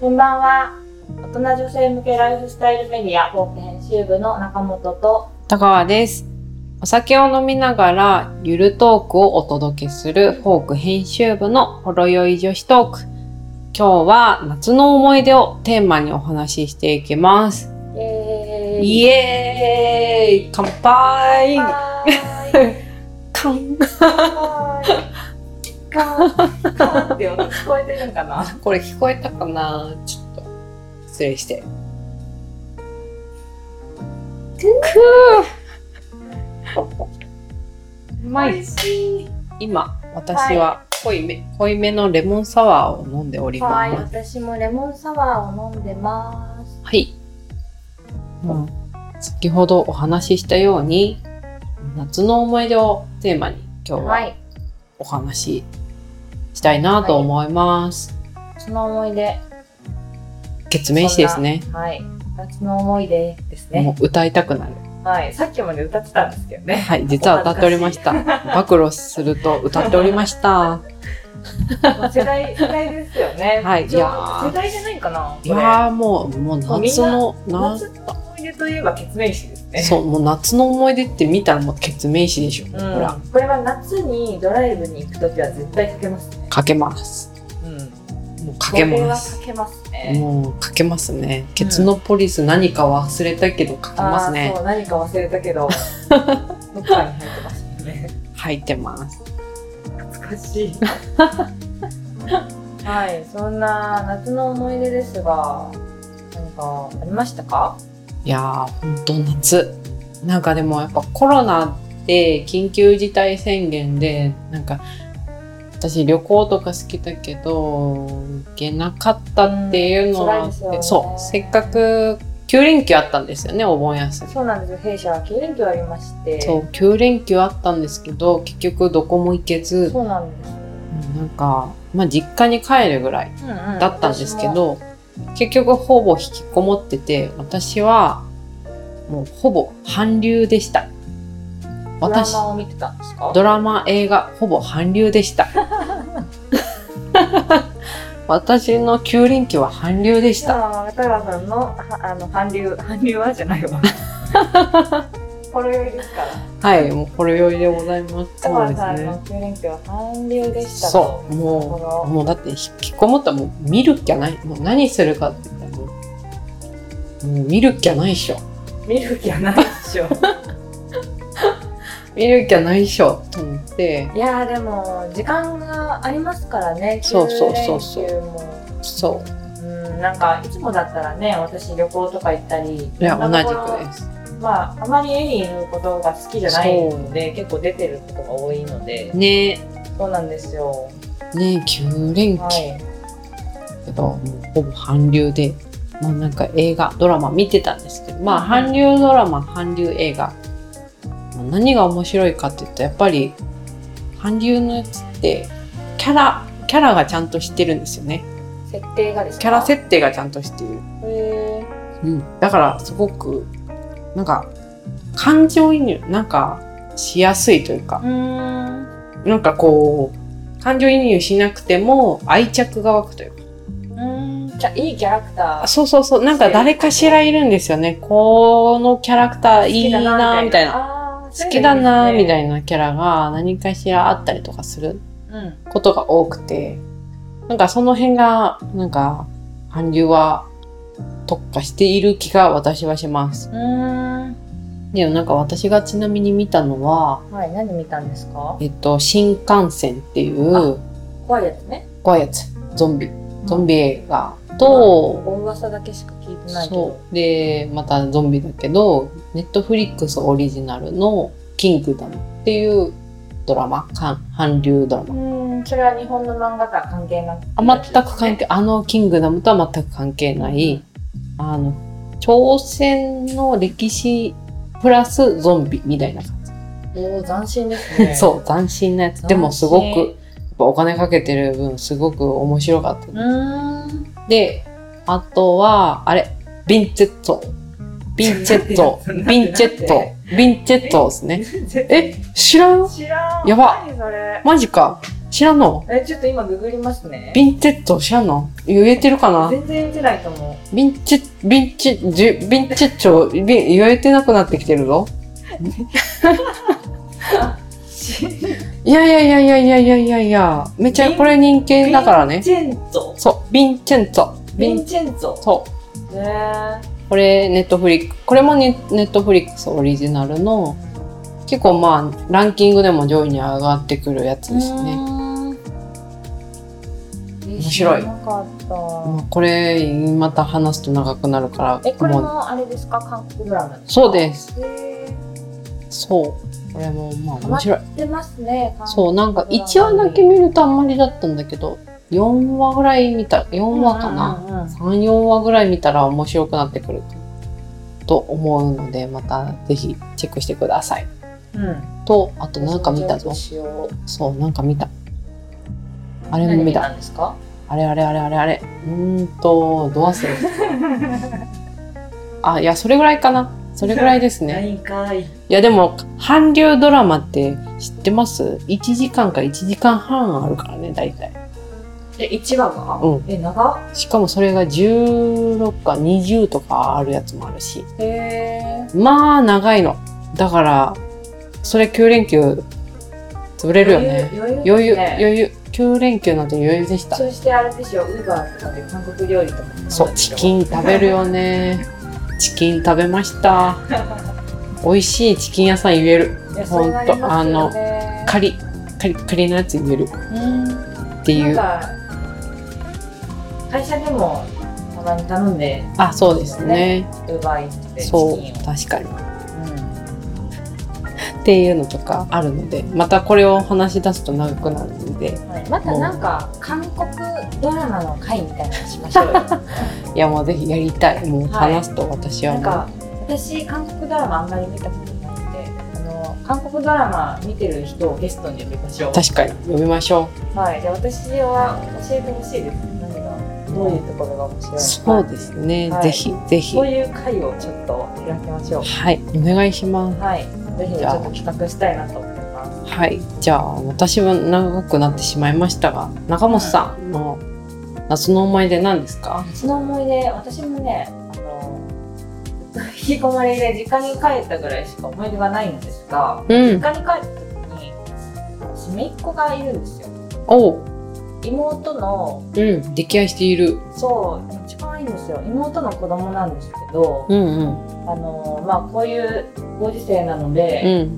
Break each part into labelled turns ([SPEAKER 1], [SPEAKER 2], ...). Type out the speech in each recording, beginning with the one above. [SPEAKER 1] こんばんは。大人女性向けライフスタイルメディア広報編集部の中本と、
[SPEAKER 2] 田川です。お酒を飲みながらゆるトークをお届けするフォーク編集部のほろ酔い女子トーク。今日は夏の思い出をテーマにお話ししていきます。
[SPEAKER 1] イエーイ。
[SPEAKER 2] イエーイ乾杯
[SPEAKER 1] はーい。
[SPEAKER 2] 乾
[SPEAKER 1] はーい。かーかーって音聞こえてるんかな
[SPEAKER 2] これ聞こえたかなちょっと。失礼して。くーうまい
[SPEAKER 1] 美味しい。
[SPEAKER 2] 今私は濃いめ、濃いめのレモンサワーを飲んでおり
[SPEAKER 1] はい、
[SPEAKER 2] ます。
[SPEAKER 1] 私もレモンサワーを飲んでます。
[SPEAKER 2] はい。もう先ほどお話ししたように夏の思い出をテーマに今日
[SPEAKER 1] は。
[SPEAKER 2] はいお話ししたいなと思います。
[SPEAKER 1] その思い出。
[SPEAKER 2] 月面詞ですね。
[SPEAKER 1] はい。夏の思い出ですね。
[SPEAKER 2] もう歌いたくなる。
[SPEAKER 1] はい。さっきまで歌ってたんですけどね。
[SPEAKER 2] はい、実は歌っておりました。暴露すると歌っておりました。
[SPEAKER 1] 世代、世代ですよね。
[SPEAKER 2] はい
[SPEAKER 1] 一応
[SPEAKER 2] いやー
[SPEAKER 1] 世代じゃないかな。
[SPEAKER 2] い
[SPEAKER 1] これ
[SPEAKER 2] やーもう、もう夏の、な
[SPEAKER 1] 夏の思い出といえば結面詞ですね。
[SPEAKER 2] そう、もう夏の思い出って見たらもう月面詞でしょ。
[SPEAKER 1] うん
[SPEAKER 2] ほら、
[SPEAKER 1] これは夏にドライブに行くときは絶対かけますね。
[SPEAKER 2] かけます。もうかけ
[SPEAKER 1] これは
[SPEAKER 2] ます。
[SPEAKER 1] かけますね。
[SPEAKER 2] もうかけますね。ケツのポリス何か忘れたけどかけます
[SPEAKER 1] あー
[SPEAKER 2] ね
[SPEAKER 1] そ。う、何か忘れたけ ど、どっかに入ってますよね。
[SPEAKER 2] 入ってます。
[SPEAKER 1] 懐かしい。はい、そんな夏の思い出ですが、何かありましたか
[SPEAKER 2] いやー、ほんと夏。なんかでもやっぱコロナで緊急事態宣言で、なんか私旅行とか好きだけど、行けなかったっていうのはあって、
[SPEAKER 1] うん辛いですよね
[SPEAKER 2] そう、せっかく9連休あったんですよね、お盆休み。
[SPEAKER 1] そうなんですよ、弊社は経連休ありまして。
[SPEAKER 2] そう、9連休あったんですけど、結局どこも行けず、
[SPEAKER 1] そうなんです。
[SPEAKER 2] うんなんか、まあ実家に帰るぐらい。
[SPEAKER 1] うんうん
[SPEAKER 2] だったんですけ、ど、結局ほぼ引きこもってて私はもうほぼ韓流でした
[SPEAKER 1] 私もド
[SPEAKER 2] 私
[SPEAKER 1] ラマを見てたんですか
[SPEAKER 2] ドラマ映画ほぼ韓流でした私の9連休は韓流でし
[SPEAKER 1] じ
[SPEAKER 2] た
[SPEAKER 1] ゃあ、タラさんの、はあの、韓流、韓流はじゃ ないわ。ほろ酔いですから。
[SPEAKER 2] はいもうほろ酔いでございます
[SPEAKER 1] タ
[SPEAKER 2] そう
[SPEAKER 1] ラ
[SPEAKER 2] で
[SPEAKER 1] さ
[SPEAKER 2] す
[SPEAKER 1] んの
[SPEAKER 2] ね
[SPEAKER 1] 9連休は韓流でしたと
[SPEAKER 2] そうもうもうだって引きこもったらもう見るっきゃないもう何するかって言ったらもうもう見るっきゃないっしょ
[SPEAKER 1] 見る気はないでしょ。
[SPEAKER 2] 見るっきゃないっしょと思って
[SPEAKER 1] いやーでも、時間がありますからね、
[SPEAKER 2] そうそうそうそう
[SPEAKER 1] 9連休も
[SPEAKER 2] そ
[SPEAKER 1] う
[SPEAKER 2] う
[SPEAKER 1] ん、なんか、いつもだったらね、私旅行とか行ったり。
[SPEAKER 2] いや同
[SPEAKER 1] 今
[SPEAKER 2] じ
[SPEAKER 1] のとこ
[SPEAKER 2] く
[SPEAKER 1] ろ
[SPEAKER 2] です
[SPEAKER 1] まあ、あまり家にいることが好きじゃないので、結構出てることが多いので。
[SPEAKER 2] ね
[SPEAKER 1] そうなんですよ。
[SPEAKER 2] ね9連休
[SPEAKER 1] は
[SPEAKER 2] だ
[SPEAKER 1] い。
[SPEAKER 2] けど、もうほぼ韓流で、まあ、なんか映画ドラマ見てたんですけどまあ韓流ドラマ韓流映画、まあ何が面白いかって言ったらやっぱり韓流のやつってキャラキャラがちゃんとしてるんですよね
[SPEAKER 1] 設定がですか
[SPEAKER 2] キャラ設定がちゃんとしている、
[SPEAKER 1] へ
[SPEAKER 2] うん、だからすごくなんか感情移入なんかしやすいというか
[SPEAKER 1] ーうーん
[SPEAKER 2] なんかこう感情移入しなくても愛着が湧くというか
[SPEAKER 1] うーんじゃあいいキャラクタ
[SPEAKER 2] あ
[SPEAKER 1] ー
[SPEAKER 2] そうそうそうなんか誰かしらいるんですよねこのキャラクターいいなみたいな
[SPEAKER 1] な
[SPEAKER 2] 好きだなみた
[SPEAKER 1] ない
[SPEAKER 2] なキャラが何かしらあったりとかする
[SPEAKER 1] あー
[SPEAKER 2] ことが多くてなんかその辺がなんか韓流は特化している気が私はしま
[SPEAKER 1] そ
[SPEAKER 2] す
[SPEAKER 1] ういうのいいですね
[SPEAKER 2] でもなんか私がちなみに見たのは
[SPEAKER 1] うんうーんはい何見たんですか
[SPEAKER 2] えっと新幹線っていう
[SPEAKER 1] 怖いやつね
[SPEAKER 2] 怖いやつゾンビゾンビ映画と、
[SPEAKER 1] お噂だけしか聞いてないけど
[SPEAKER 2] そうでまたゾンビだけどネットフリックスオリジナルの「キングダム」っていうドラマ韓韓流ドラ
[SPEAKER 1] う
[SPEAKER 2] マ
[SPEAKER 1] ーんそれは日本の漫画とは関係なく
[SPEAKER 2] あ全く関係あの「キングダム」とは全く関係ないあの朝鮮の歴史プラスゾンビみたいな感
[SPEAKER 1] おー斬新です
[SPEAKER 2] じ、
[SPEAKER 1] ね
[SPEAKER 2] そう斬新なやつでもすごくやっぱお金かけてる分すごく面白かった
[SPEAKER 1] うーん
[SPEAKER 2] で、あとは、あれ、ヴィンチェッ ト。ヴィンチェット。ヴィンチェット。ヴィンチェットですね。
[SPEAKER 1] え
[SPEAKER 2] え、知らん
[SPEAKER 1] 知らん
[SPEAKER 2] やば
[SPEAKER 1] 何それ
[SPEAKER 2] マジか。シャノン
[SPEAKER 1] え、ちょっと今ググりますね。
[SPEAKER 2] ヴィンテッド、シャノン言えてるかな
[SPEAKER 1] 全然見てないと思
[SPEAKER 2] ヴィンチ、ヴィンチ、ジュヴィンチッチョ、ヴィン言えてなくなってきてるぞ。
[SPEAKER 1] う。シ
[SPEAKER 2] いやいやいやいやいやいやいやいや、めちゃこれ人気だから
[SPEAKER 1] ヴ
[SPEAKER 2] ね
[SPEAKER 1] ィン。チェンツォ。
[SPEAKER 2] そう、ヴィンチェンツォ。ヴ
[SPEAKER 1] ヴィ
[SPEAKER 2] ィン、
[SPEAKER 1] ンチェンツォ。
[SPEAKER 2] そう。
[SPEAKER 1] ねえ。
[SPEAKER 2] これネットフリックこれもねネットフリックスオリジナルの結構まあランキングでも上位に上がってくるやつですね、
[SPEAKER 1] 面
[SPEAKER 2] 白い
[SPEAKER 1] なかった。
[SPEAKER 2] まあこれまた話すと長くなるから
[SPEAKER 1] え、これ
[SPEAKER 2] う
[SPEAKER 1] もあれですか韓国ドラマ
[SPEAKER 2] そうです
[SPEAKER 1] へえ
[SPEAKER 2] そうこれもまあ面白い
[SPEAKER 1] 出ますね。韓国
[SPEAKER 2] そうなんか1話だけ見るとあんまりだったんだけど4話ぐらい見た4話かな、
[SPEAKER 1] うんうんうん
[SPEAKER 2] 34話ぐらい見たら面白くなってくると思うのでまたぜひチェックしてください
[SPEAKER 1] うん。
[SPEAKER 2] とあとなんか見たぞ
[SPEAKER 1] 私を
[SPEAKER 2] そう、なんか見た。あれも
[SPEAKER 1] 何
[SPEAKER 2] 見
[SPEAKER 1] 見
[SPEAKER 2] た。
[SPEAKER 1] たんですか
[SPEAKER 2] あれあれあれあれあれ。うーんと、どう忘れた。 あ、いや、それぐらいかな。それぐらいですね。
[SPEAKER 1] 何かい。
[SPEAKER 2] いや、でも、韓流ドラマって知ってます ?1 時間か1時間半あるからね、大体。
[SPEAKER 1] え、1話が
[SPEAKER 2] うん
[SPEAKER 1] え、長
[SPEAKER 2] しかもそれが16か20とかあるやつもあるし。
[SPEAKER 1] へえ。
[SPEAKER 2] まあ、長いの。だから、それ9連休、潰れるよね。
[SPEAKER 1] 余裕
[SPEAKER 2] 余
[SPEAKER 1] で
[SPEAKER 2] 裕、
[SPEAKER 1] すね
[SPEAKER 2] 余裕。9連休なんて余裕でした。
[SPEAKER 1] そしてあれですよ、ウーバーとかで韓国料理とかも
[SPEAKER 2] そう、チキン食べるよね。チキン食べました。美味しいチキン屋さん言える。
[SPEAKER 1] いやそうなりますよね
[SPEAKER 2] ほんとカリ、カリカリのやつ言えるっ
[SPEAKER 1] うん
[SPEAKER 2] ていう。
[SPEAKER 1] なんか会社でもたまに頼んで
[SPEAKER 2] あ、そうですね。
[SPEAKER 1] ウーバーイーツでチキン
[SPEAKER 2] そ
[SPEAKER 1] を
[SPEAKER 2] う、確かに。っていうのとかあるので、またこれを話し出すと長くなるので、
[SPEAKER 1] うんはいまたなんか韓国ドラマの回みたいなのしましょうよ
[SPEAKER 2] いや、もうぜひやりたい。もう
[SPEAKER 1] はい
[SPEAKER 2] 話すと私は
[SPEAKER 1] なん
[SPEAKER 2] もう。
[SPEAKER 1] か私韓国ドラマあんまり見たことないんであの韓国ドラマ見てる人をゲストに呼びましょう
[SPEAKER 2] 確かに呼びましょ
[SPEAKER 1] はいじゃあ私は教えてほしいです何がどういうところが面白いの
[SPEAKER 2] う。
[SPEAKER 1] か
[SPEAKER 2] そうですね。
[SPEAKER 1] はい
[SPEAKER 2] ぜひぜひ。
[SPEAKER 1] こう
[SPEAKER 2] はい、
[SPEAKER 1] いう回をちょっと開きましょう
[SPEAKER 2] お願いします。
[SPEAKER 1] はいぜひちょっと企画したいなと思います
[SPEAKER 2] はい、じゃあ私は長くなってしまいましたが中本さんの夏の思い出何ですか
[SPEAKER 1] 夏の思い出私もねあのずっと引き込まれで実家に帰ったぐらいしか思い出がないんですが、
[SPEAKER 2] うん
[SPEAKER 1] 実家に帰った時に私姪っ子がいるんですよ
[SPEAKER 2] おう、
[SPEAKER 1] 妹の
[SPEAKER 2] うん、溺愛している
[SPEAKER 1] そう一番いいんですよ妹の子供なんですけど、
[SPEAKER 2] うんうん
[SPEAKER 1] あのまあこういうご時世なの
[SPEAKER 2] う
[SPEAKER 1] で、
[SPEAKER 2] ん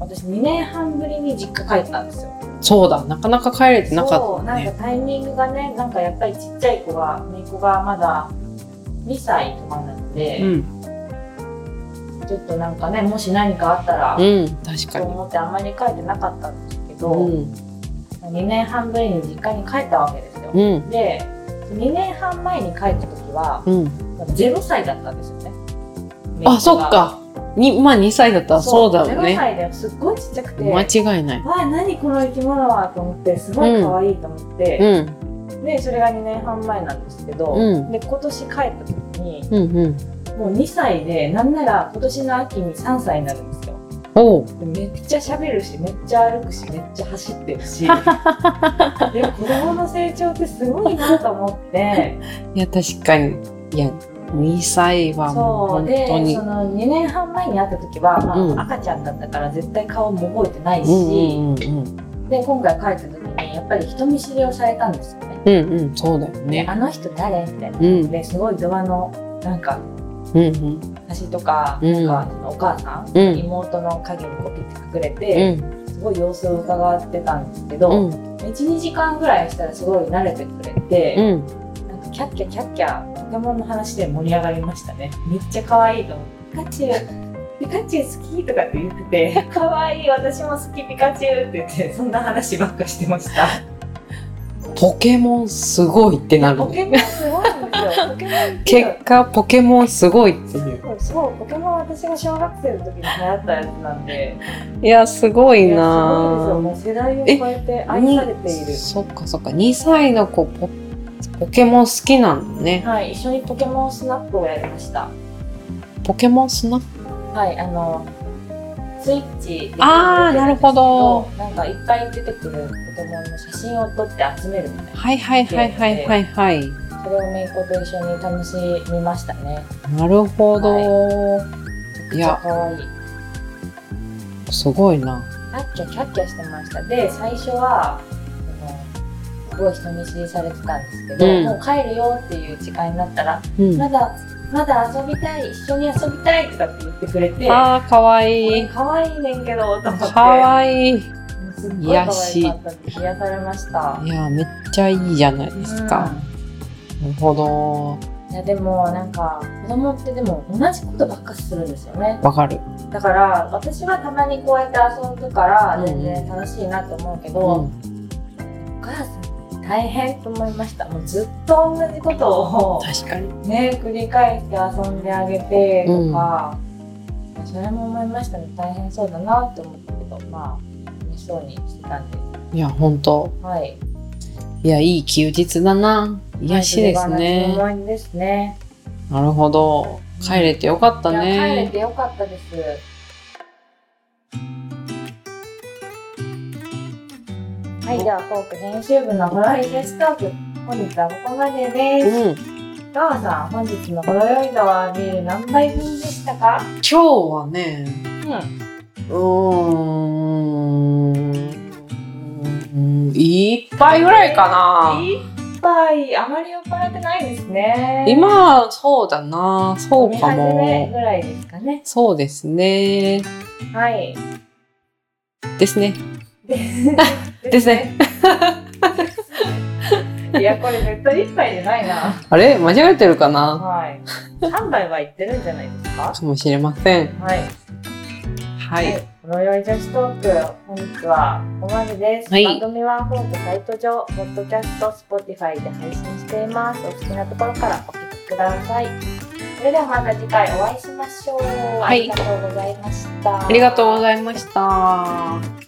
[SPEAKER 1] 私2年半ぶりに実家帰ったんですよ
[SPEAKER 2] そうだなかなか帰れてなか
[SPEAKER 1] そ
[SPEAKER 2] っ
[SPEAKER 1] う
[SPEAKER 2] た
[SPEAKER 1] なんか
[SPEAKER 2] ね
[SPEAKER 1] タイミングがねなんかやっぱりちっちゃい子が姪っ子がまだ2歳とかなので、
[SPEAKER 2] うん
[SPEAKER 1] ちょっとなんかねもし何かあったら
[SPEAKER 2] うん確か
[SPEAKER 1] と
[SPEAKER 2] に
[SPEAKER 1] 思ってあんまり書いてなかったんですけど、
[SPEAKER 2] うん
[SPEAKER 1] 2年半ぶりに実家に帰ったわけですよ、
[SPEAKER 2] うん
[SPEAKER 1] で2年半前に帰った時は
[SPEAKER 2] うん
[SPEAKER 1] 0歳だったんですよね
[SPEAKER 2] あそっかにまあ2歳だったらそうだよ
[SPEAKER 1] 0
[SPEAKER 2] ね
[SPEAKER 1] 歳ですっごいちっちゃくて
[SPEAKER 2] 間違いない
[SPEAKER 1] わあ何この生き物はと思ってすごい可愛いと思っ
[SPEAKER 2] う
[SPEAKER 1] て、
[SPEAKER 2] ん
[SPEAKER 1] でそれが2年半前なんですけど、
[SPEAKER 2] うん
[SPEAKER 1] で今年帰った時に
[SPEAKER 2] うんうん
[SPEAKER 1] もう2歳でなんなら今年の秋に3歳になるんですよ
[SPEAKER 2] おう
[SPEAKER 1] めっちゃ喋るしめっちゃ歩くしめっちゃ走ってる しで子供の成長ってすごいなと思って
[SPEAKER 2] いや確かにいや2歳はもう
[SPEAKER 1] そう
[SPEAKER 2] 本
[SPEAKER 1] で
[SPEAKER 2] 当に
[SPEAKER 1] その2年半前に会った時は、まあ
[SPEAKER 2] うん
[SPEAKER 1] 赤ちゃんだったから絶対顔も覚えてないし、
[SPEAKER 2] うんうんうん
[SPEAKER 1] で今回帰った時にやっぱり人見知りをされたんですよね。
[SPEAKER 2] うんうんそうだよ
[SPEAKER 1] で
[SPEAKER 2] ね
[SPEAKER 1] あの人誰みたいな。
[SPEAKER 2] うん
[SPEAKER 1] ですごいドアのなんか
[SPEAKER 2] うんうん
[SPEAKER 1] 端とか,、
[SPEAKER 2] うん
[SPEAKER 1] なんかそのお母さん、
[SPEAKER 2] うん
[SPEAKER 1] 妹の影にこけて隠れ
[SPEAKER 2] う
[SPEAKER 1] て、
[SPEAKER 2] ん
[SPEAKER 1] すごい様子を伺ってたんですけど、
[SPEAKER 2] うん
[SPEAKER 1] 12時間ぐらいしたらすごい慣れてくれ
[SPEAKER 2] う
[SPEAKER 1] て、
[SPEAKER 2] ん
[SPEAKER 1] なんかキャッキャキャッキャポケモンの話で盛り上がりましたねめっちゃ可愛いと思ってピカチュウピカチュウ好きとかって言って て可愛い私も好きピカチュウって言ってそんな話ばっかしてました
[SPEAKER 2] ポケモンすごいってなる
[SPEAKER 1] ポ
[SPEAKER 2] ね
[SPEAKER 1] ケモンすごいん ですよポケモンって
[SPEAKER 2] 結果ポケモンすごいっていう
[SPEAKER 1] そうポケモン私が小学生の時に流行ったやつなんで
[SPEAKER 2] いやすごい
[SPEAKER 1] いやすごい
[SPEAKER 2] な
[SPEAKER 1] ですよもう世代を超えて愛されてい
[SPEAKER 2] に
[SPEAKER 1] る
[SPEAKER 2] そっかそっか2歳の子ポポケモン好きなんだね
[SPEAKER 1] はい一緒にポケモンスナップをやりました
[SPEAKER 2] ポケモンスナップ
[SPEAKER 1] はい、あの、スイッチで
[SPEAKER 2] あーなるほど
[SPEAKER 1] なんかいっぱい出てくる子供の写真を撮って集めるみたい
[SPEAKER 2] はいはいはいはいはいはい。
[SPEAKER 1] なそれをめいこと一緒に楽しみましたね
[SPEAKER 2] なるほど。い、
[SPEAKER 1] めっちゃ
[SPEAKER 2] や、
[SPEAKER 1] かわいい
[SPEAKER 2] すごいな。
[SPEAKER 1] キャッキャキャッキャしてましたで最初はあのすごい人見知りされてたんですけど、
[SPEAKER 2] うん
[SPEAKER 1] もう帰るよっていう時間になったら、
[SPEAKER 2] うん。
[SPEAKER 1] ま
[SPEAKER 2] あ
[SPEAKER 1] だまだ遊びたい一緒に遊びたいとかって言ってくれて
[SPEAKER 2] あー、かわいい。
[SPEAKER 1] かわいいねんけどと思って
[SPEAKER 2] かわいい。い
[SPEAKER 1] もうすっごい可愛かったって癒されました
[SPEAKER 2] や、めっちゃいいじゃないですか。なるほど。
[SPEAKER 1] うんいやでもなんか子供ってでも同じことばっかするんですよね
[SPEAKER 2] わかる。
[SPEAKER 1] だから私はたまにこうやって遊ぶから
[SPEAKER 2] うん
[SPEAKER 1] 全然楽しいなと思うけ
[SPEAKER 2] う
[SPEAKER 1] ど、
[SPEAKER 2] ん。
[SPEAKER 1] お母さん大変と思いましたもうずっと同じことを
[SPEAKER 2] 確かに。
[SPEAKER 1] ね繰り返して遊んであげてとか、それも思いましたね大変そうだなって思ったけどまあ楽しそうにしてたんで
[SPEAKER 2] いや、本当
[SPEAKER 1] はい
[SPEAKER 2] いや、いい休日だな。癒しです
[SPEAKER 1] はいそれ
[SPEAKER 2] ね
[SPEAKER 1] が。夏の思い出ですね
[SPEAKER 2] なるほど。帰れてよかった
[SPEAKER 1] いや帰れ
[SPEAKER 2] ね。
[SPEAKER 1] てよかったですはい、ではトーク編集部のホロイデストーク本日はここまでです、
[SPEAKER 2] うん。
[SPEAKER 1] ガワさん、本日のほろ酔い度はビール何杯分でしたか
[SPEAKER 2] 今日はね、
[SPEAKER 1] うん。
[SPEAKER 2] うーん、いっぱいぐらいかな。
[SPEAKER 1] 一杯、あまり酔っ払ってないですね。、
[SPEAKER 2] 今、そうだな。そうか
[SPEAKER 1] め
[SPEAKER 2] も。
[SPEAKER 1] ぐらいですかね。
[SPEAKER 2] そうですね。
[SPEAKER 1] はい。
[SPEAKER 2] ですね。
[SPEAKER 1] で
[SPEAKER 2] ですね。
[SPEAKER 1] いや、これ絶対一杯じゃないな。
[SPEAKER 2] あれ間違えてるかな
[SPEAKER 1] はい。三杯はいってるんじゃないですか
[SPEAKER 2] かもしれません。
[SPEAKER 1] はい。
[SPEAKER 2] はい。。
[SPEAKER 1] ほろ酔い女子トーク、本日はここまでです。
[SPEAKER 2] はい
[SPEAKER 1] 番組はホームサイト上、ポッドキャスト、スポティファイで配信しています。お好きなところからお聞きください。それではまた次回お会いしましょう。
[SPEAKER 2] は
[SPEAKER 1] あ
[SPEAKER 2] い
[SPEAKER 1] りがとうございました。
[SPEAKER 2] ありがとうございました。